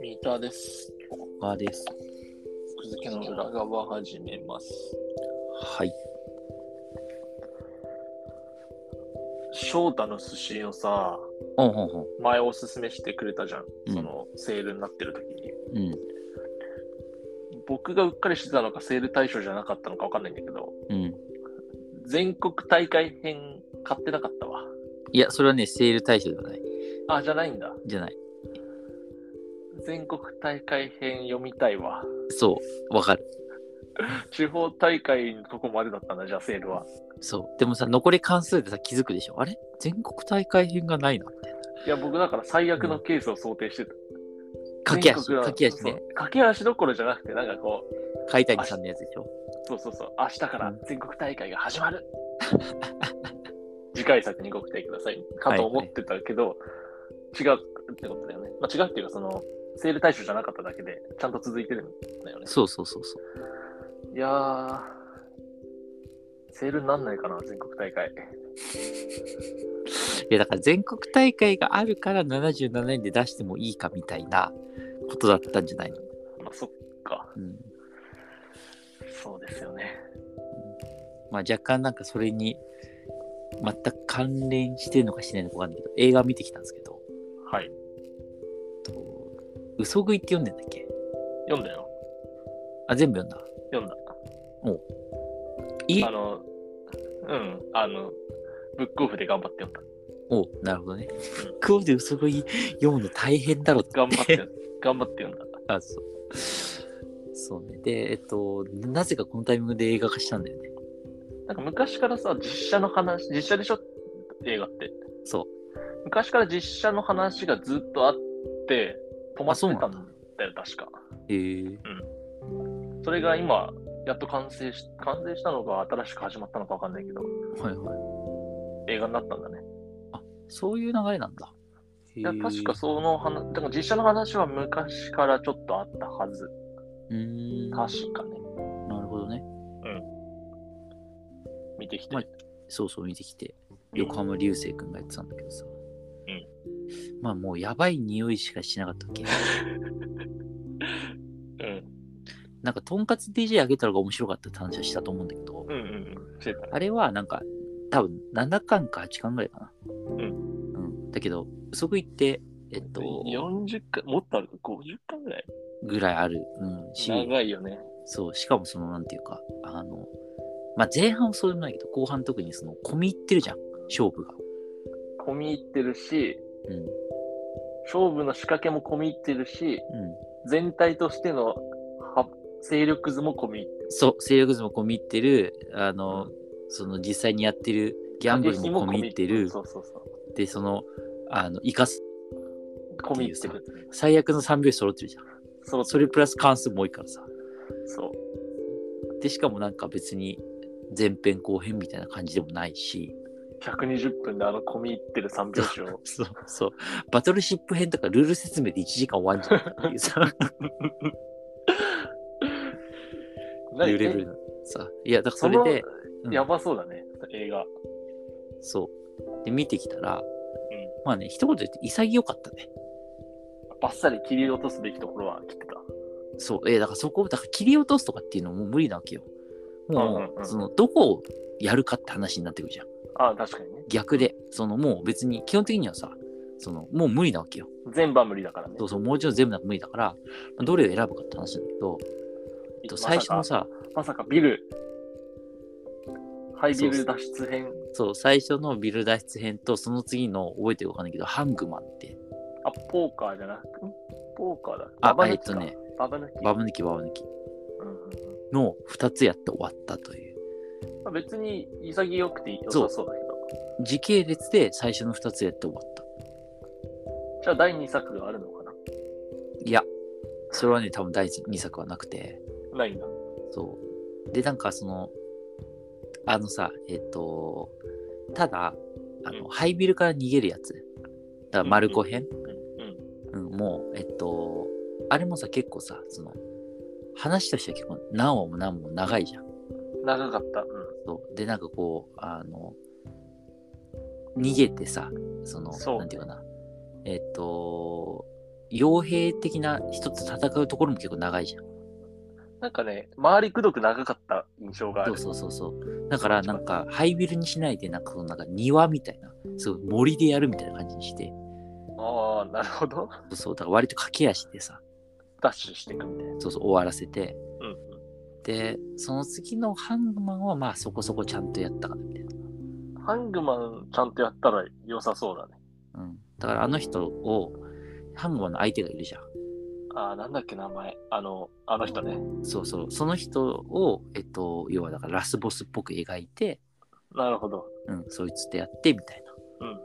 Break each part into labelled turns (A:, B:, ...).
A: 三田です。
B: あです。
A: 奥付けの裏側始めます。
B: はい。
A: 翔太の寿司をさ、
B: うんうん
A: 前おすすめしてくれたじゃん。
B: うん
A: そのセールになってる時に。
B: うん。
A: 僕がうっかりしてたのか、セール対象じゃなかったのかわかんないんだけど、
B: うん。うん。
A: 全国大会編買ってなかったわ。
B: いや、それはね、セール対象ではない。
A: あ、じゃないんだ。
B: じゃない。
A: 全国大会編読みたいわ。
B: そう。わかる。
A: 地方大会のとこまでだったんだ、じゃあセールは。
B: そう。でもさ、残り関数でさ、気づくでしょ。あれ全国大会編がないな、みたいな。
A: いや、僕だから最悪のケースを想定してた。
B: 駆け足、
A: 全国の
B: 駆け足ね。。
A: そう駆け足どころじゃなくて、なんかこう、
B: 海谷さんのやつでしょ。
A: そうそうそう、明日から全国大会が始まる。次回作にご期待ください。かと思ってたけど、違うってことだよね。まあ、違うっていうか、その、セール対象じゃなかっただけで、ちゃんと続いてるんだよね。
B: そうそうそうそう。
A: いやー、セールになんないかな、全国大会。
B: いや、だから全国大会があるから77円で出してもいいかみたいなことだったんじゃないの
A: まあ、そっか、
B: うん。
A: そうですよね。
B: まあ若干なんかそれに全く関連してるのかしてないのかわかんないけど、映画見てきたんですけど、
A: はい、
B: と嘘食いって読んでんだっけ
A: 読んだよ。
B: あ、全部読んだ。
A: 読んだ。
B: い
A: あの、うん、あの、ブックオフで頑張って読んだ。
B: おなるほどね。ブックオフで嘘食い読むの大変だろって
A: 頑張って、頑張って読んだ。
B: あ、そう。そうね。で、えっと、なぜかこのタイミングで映画化したんだよね。
A: なんか昔からさ、実写の話、実写でしょ映画って。
B: そう。
A: 昔から実写の話がずっとあって、止まってたんだ
B: あそうな
A: よ、確か。
B: えー、
A: それが今、やっと完成し、完成したのか、新しく始まったのかわかんないけど、
B: はいはい。
A: 映画になったんだね。
B: そういう流れなんだ。
A: いや確か
B: そ
A: その話、でも実写の話は昔からちょっとあったはず。
B: う。うーん。な
A: 確かね。
B: るほどね。
A: 見てきて。
B: まあそうそう見てきて、横浜流星君がやってたんだけどさ。
A: うん。
B: まあもうやばい匂いしかしなかったっけ。
A: うん。
B: なんか、とんかつ DJ あげたのが面白かったって話はしたと思うんだけど。
A: うんうんうん。してたね。
B: あれはなんか、多分7巻か8巻ぐらいかな。
A: ん
B: うんだけど、嘘食いって、えっと、
A: 40巻、もっとある ?50 巻ぐらい
B: ぐらいある。うん、し、
A: 長いよね。
B: そう、しかもその、なんていうか、あの、まあ、前半はそうでもないけど、後半特にその、込み入ってるじゃん、勝負が。
A: 込み入ってるし、
B: うん。うん。
A: 勝負の仕掛けも込み入ってるし、全体としてのは勢力図も込み入ってる。
B: そう、勢力図も込み入ってる、あの、その、実際にやってる、ギャンブルも込み入ってる、
A: そうそうそう。
B: で、その、あの、生かす、
A: 込み入ってる。
B: 最悪の3拍子揃ってるじゃん。
A: そう
B: それプラス関数も多いからさ。
A: そう。
B: でしかもなんか別に前編後編みたいな感じでもないし
A: 120分であの込み入ってる3拍子を。
B: そうそうバトルシップ編とかルール説明で1時間終わんじゃないっていうさいうレベルのさいやだからそれで
A: その
B: うん
A: やばそうだね、映画。
B: そうで見てきたら、まあね一言で言って潔かったね
A: バッサリ切り落とすべきところは切ってた。
B: そうえだからそこをだから切り落とすとかっていうのも無理なわけよもう,、
A: うんうんうん
B: そのどこをやるかって話になってくるじゃん
A: ああ、確かにね。
B: 逆でそのもう別に基本的にはさそのもう無理なわけよ
A: 全部は無理だからね。
B: そうそうもう一度全部なんか無理だから、まあどれを選ぶかって話なんだけど、えっと、
A: まさか
B: 最初のさ、
A: まさかビル、ハイビ
B: そう
A: ル脱出編。
B: そう、最初のビル脱出編と、その次の覚えてるかわかんないけど、ハングマンって、
A: あ、ポーカーじゃなくて、んポーカーだ。バ
B: あ
A: バ抜き
B: えっとね
A: か。ババ抜き。
B: バブ抜きバブ抜き
A: うんうんうん
B: の2つやって終わったという。
A: まあ、別に潔くて良さそうだけど。
B: 時系列で最初の2つやって終わった。
A: じゃあ第2作があるのかない
B: や、それはね、多分第2作はなくて、
A: ないんだ。
B: そう。で、なんかその、あのさ、えっと、ただ、あの、
A: うん
B: ハイビルから逃げるやつ。だから、マルコ編、
A: うんうん。
B: うん、もう、えっと、あれもさ、結構さ、その、話としては結構何話も何話も長いじゃん。
A: 長かった。うん。
B: そうで、なんかこう、あの、逃げてさ、その、
A: そう
B: なんていうかな、えっ、と、傭兵的な人と戦うところも結構長いじゃん。
A: なんかね、周りくどく長かった印象があ
B: そ
A: る
B: う。そうそうそう。だから、なんか、ハイビルにしないで、なんか、そのなんか庭みたいな、すごい森でやるみたいな感じにして、
A: ああ、なるほど。
B: そうそう、だから割と駆け足でさ、
A: ダッシュしていくみたいな。
B: そうそう、終わらせて、
A: うんうん。
B: で、その次のハングマンは、まあ、そこそこちゃんとやったかな、みたいな。
A: ハングマンちゃんとやったら良さそうだね。
B: うん。だから、あの人を、ハングマンの相手がいるじゃん。
A: ああ、なんだっけ、名前。あの、あの人ね。
B: そうそう、その人を、えっと、要はだからラスボスっぽく描いて、
A: なるほど。
B: うん、そいつとやってみたいな。
A: うんうん。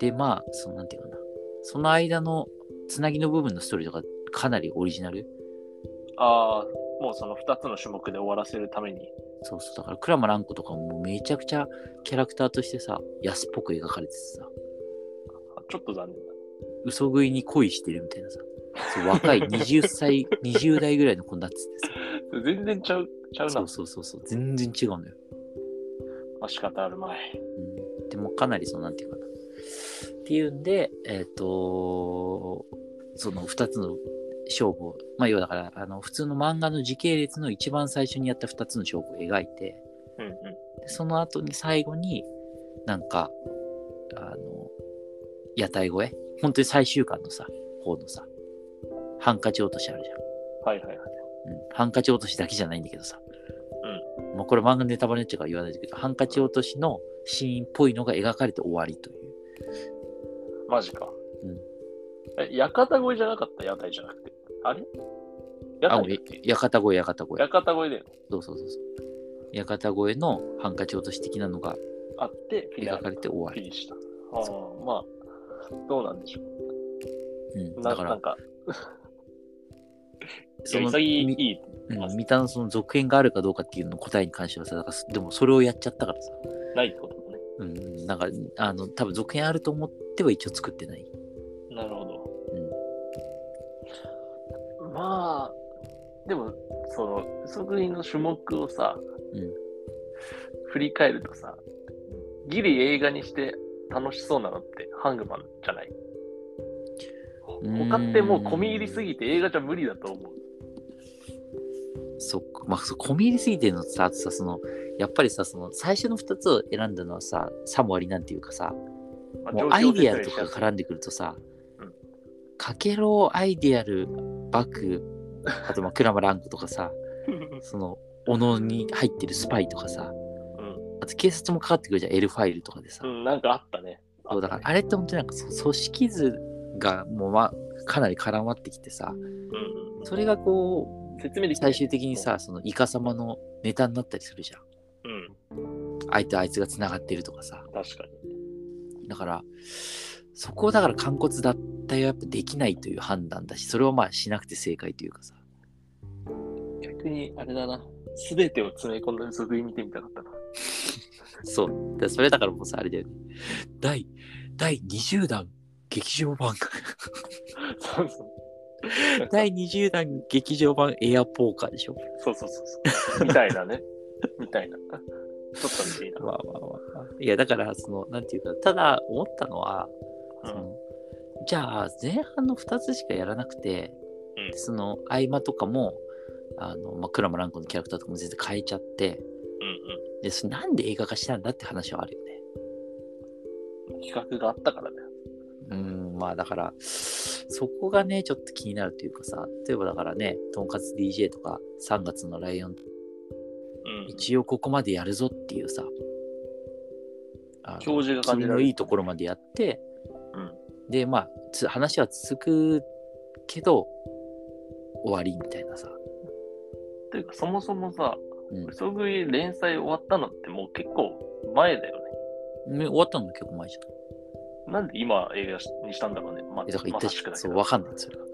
B: で、まあ、そのなんていうかな、その間のつなぎの部分のストーリーとか、かなりオリジナル。
A: ああ、もうその2つの種目で終わらせるために。
B: そうそう、だから、クラマランコとかもめちゃくちゃキャラクターとしてさ、安っぽく描かれててさ、
A: あちょっと残念だ。
B: 嘘食いに恋してるみたいなさ、そう若い20歳、20代ぐらいの子になっててさ、
A: 全然ちゃう、ちゃうな。
B: そうそうそうそう、全然違うのよ。
A: まあ、仕方あるまい。
B: うんでもかなりそのなんていうかな。っていうんで、えっ、とその2つの勝負を、まあ要はだから、あの普通の漫画の時系列の一番最初にやった2つの勝負を描いて、
A: うんうん。
B: でその後に最後になんか、あの、屋台越え本当に最終巻のさ、方のさ、ハンカチ落としあるじゃん。
A: はいはいはい。
B: うんハンカチ落としだけじゃないんだけどさ。まあこれ漫画ネタバレになっちゃうから言わないんだけど、ハンカチ落としのシーンっぽいのが描かれて終わりという。
A: マジか。
B: うん。
A: え、屋形越えじゃなかった屋台じゃなくて。あれ屋
B: あ、
A: 台
B: もう
A: だ
B: や
A: っけ
B: 屋形越え、屋形越
A: 屋
B: え。
A: 形越えだよ。
B: そうそうそうそう。屋形越えのハンカチ落とし的なのが
A: あって、フィナー
B: 描かれて終わ
A: フィ
B: り。
A: ニッシュした。ああ、まあ、どうなんでしょ
B: うん、
A: う。な
B: だか
A: な
B: ら
A: ん、か、
B: その、
A: 潔い
B: み
A: いい
B: うん、三田のその続編があるかどうかっていうの答えに関してはさ、だからでもそれをやっちゃったからさ。
A: ないってことだね。
B: うん、なんか、あの、多分続編あると思っては一応作ってない。
A: なるほど。まあ、でも、その、即位の種目をさ、
B: うん
A: 振り返るとさ、ギリ映画にして楽しそうなのってハングマンじゃない
B: うん
A: 他ってもう込み入りすぎて映画じゃ無理だと思う。
B: そっか、まあ、そう込み入りすぎてるのとさ、あとさ、その、やっぱりさ、その、最初の2つを選んだのはさ、さもありなんていうかさ、
A: まあ
B: もうアイディアと
A: 状況説明し
B: か
A: やすい
B: 絡んでくるとさ
A: うん、
B: かけろ、アイディアル、バク、あとまあ、クラマランコとかさ、その、斧に入ってるスパイとかさ、
A: うん
B: あと警察もかかってくるじゃん、L ファイルとかで さ。
A: うん、なんかあったね。
B: そうだから、あれって本当になんかそう、組織図がもう、まあ、かなり絡まってきてさ、
A: うん
B: それがこ
A: うん、説明で
B: う、
A: きない
B: 最終的に、さ、その、イカ様のネタになったりするじゃん。
A: うん、
B: あいとあいつがつながってるとかさ
A: 確かに。
B: だからそこをだから肝骨脱退はやっぱできないという判断だしそれはまあしなくて正解というかさ
A: 逆に、あれだな。すべてを詰め込んだ即位見てみたかったな。
B: そうだからそれだからもうさあれだよね第第20弾劇場版
A: そうそう。
B: 第20弾劇場版エアポーカーでしょ
A: そうそうそうそう。みたいな ね。みたいな。ちょっと見ていいな。
B: まあまあまあいやだからそのなんていうかただ思ったのはそのじゃあ前半の2つしかやらなくて、
A: うん
B: その合間とかもあの、まあ、クラムランコのキャラクターとかも全然変えちゃって
A: うん
B: でそれなんで映画化したんだって話はあるよね
A: うん。企画があったからだよ。
B: うんまあだからそこがねちょっと気になるというかさ例えばだからねとんかつ DJ とか3月のライオン
A: うん
B: 一応ここまでやるぞっていうさあの
A: 教授が感じ
B: 君
A: ら
B: の
A: れ
B: い
A: る。
B: いところまでやって、
A: うん
B: でまあつ話は続くけど終わりみたいなさ、
A: というか、そもそもさ、
B: うん
A: 嘘食い連載終わったのってもう結構前だよね。
B: ね終わったの結構前じゃん
A: なんで今映画にしたんだろうね。ま
B: えだから言
A: ま
B: った
A: さ
B: し
A: しくだけ
B: そう
A: ど。
B: わかんないそれは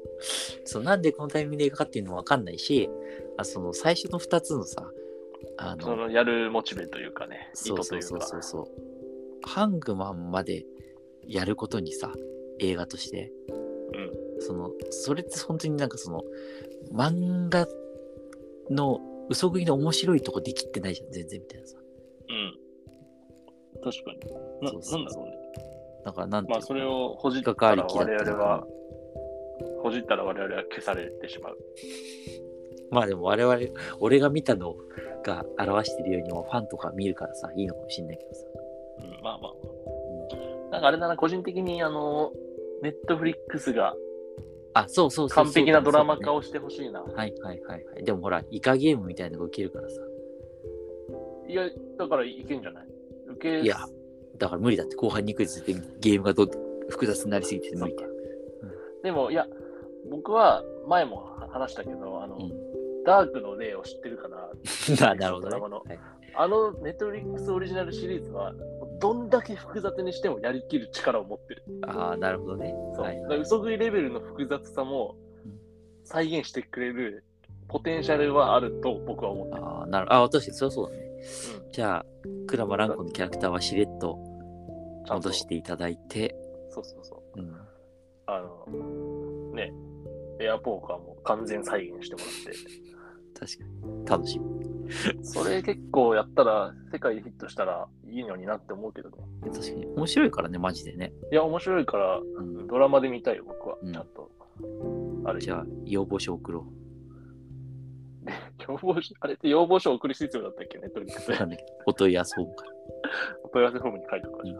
B: そうなんでこのタイミングで映画かっていうのもわかんないしあその最初の2つのさあ
A: そ
B: の
A: のやるモチベというかね、意
B: そう
A: 図と
B: そ
A: いうう
B: そう
A: か。
B: そうそうハングマンまでやることにさ映画として
A: うん
B: そのそれって本当になんかその漫画の嘘食いの面白いとこできってないじゃん全然みたいなさ
A: うん。確かに。な
B: そうそ
A: な
B: う
A: んだろうね。
B: だからなんてい
A: ま
B: う
A: あ
B: の
A: それをほじ
B: 引
A: っ
B: ったかかり
A: ら
B: きだった
A: 我々
B: のかな
A: は、ほじったら我々は消されてしまう。
B: まあでも我々、俺が見たのが表してるようにもファンとか見るからさ、いいのかもしんないけどさ。
A: うん、まあまあ。なんかあれだな、個人的にあの、ネットフリックスが
B: あ、そうそうそうそう
A: 完璧なドラマ化
B: を。
A: をしてほしいな。
B: はいはいはいはい。でもほら、イカゲームみたいなのが受けるからさ。
A: いや、だからいけんじゃない受け
B: いや、だから無理だって後半に行くにつれてゲームがどん複雑になりすぎて無理だよ。
A: でも、いや、僕は前も話したけど、あの、
B: う
A: ダークの例を知ってるから、
B: ん。まあなるほど
A: ド
B: ね。
A: ラマの
B: はい
A: あのネットフリックスオリジナルシリーズは、どんだけ複雑にしてもやりきる力を持ってる。
B: ああ、なるほどね。
A: そう。
B: はい
A: だから嘘食いレベルの複雑さも
B: うん
A: 再現してくれるポテンシャルはあると僕は思ってる。
B: ああ、なるあ私、そりゃそうだね。
A: うん
B: じゃあ、クラマランコのキャラクターはしれっと
A: ちゃんと
B: 戻していただいて、
A: そうそうそう。
B: うん、
A: あの、ね、エアポーカーも完全再現しても
B: 確かに。楽しみ。
A: らって、それ結構やったら、世界でヒットしたらいいのになって思うけどね。
B: 確かに。面白いからね、マジでね。
A: いや、面白いから、
B: うん、
A: ドラマで見たいよ、僕は
B: う。ん
A: ちゃんと。あれ、
B: じゃあ、要望書送ろう。
A: 要望書、あれって要望書送る必要だったっけね、とにかく。
B: わかんないけどお問い合わせフォームから。
A: お問い合わせフォームに書いておくから。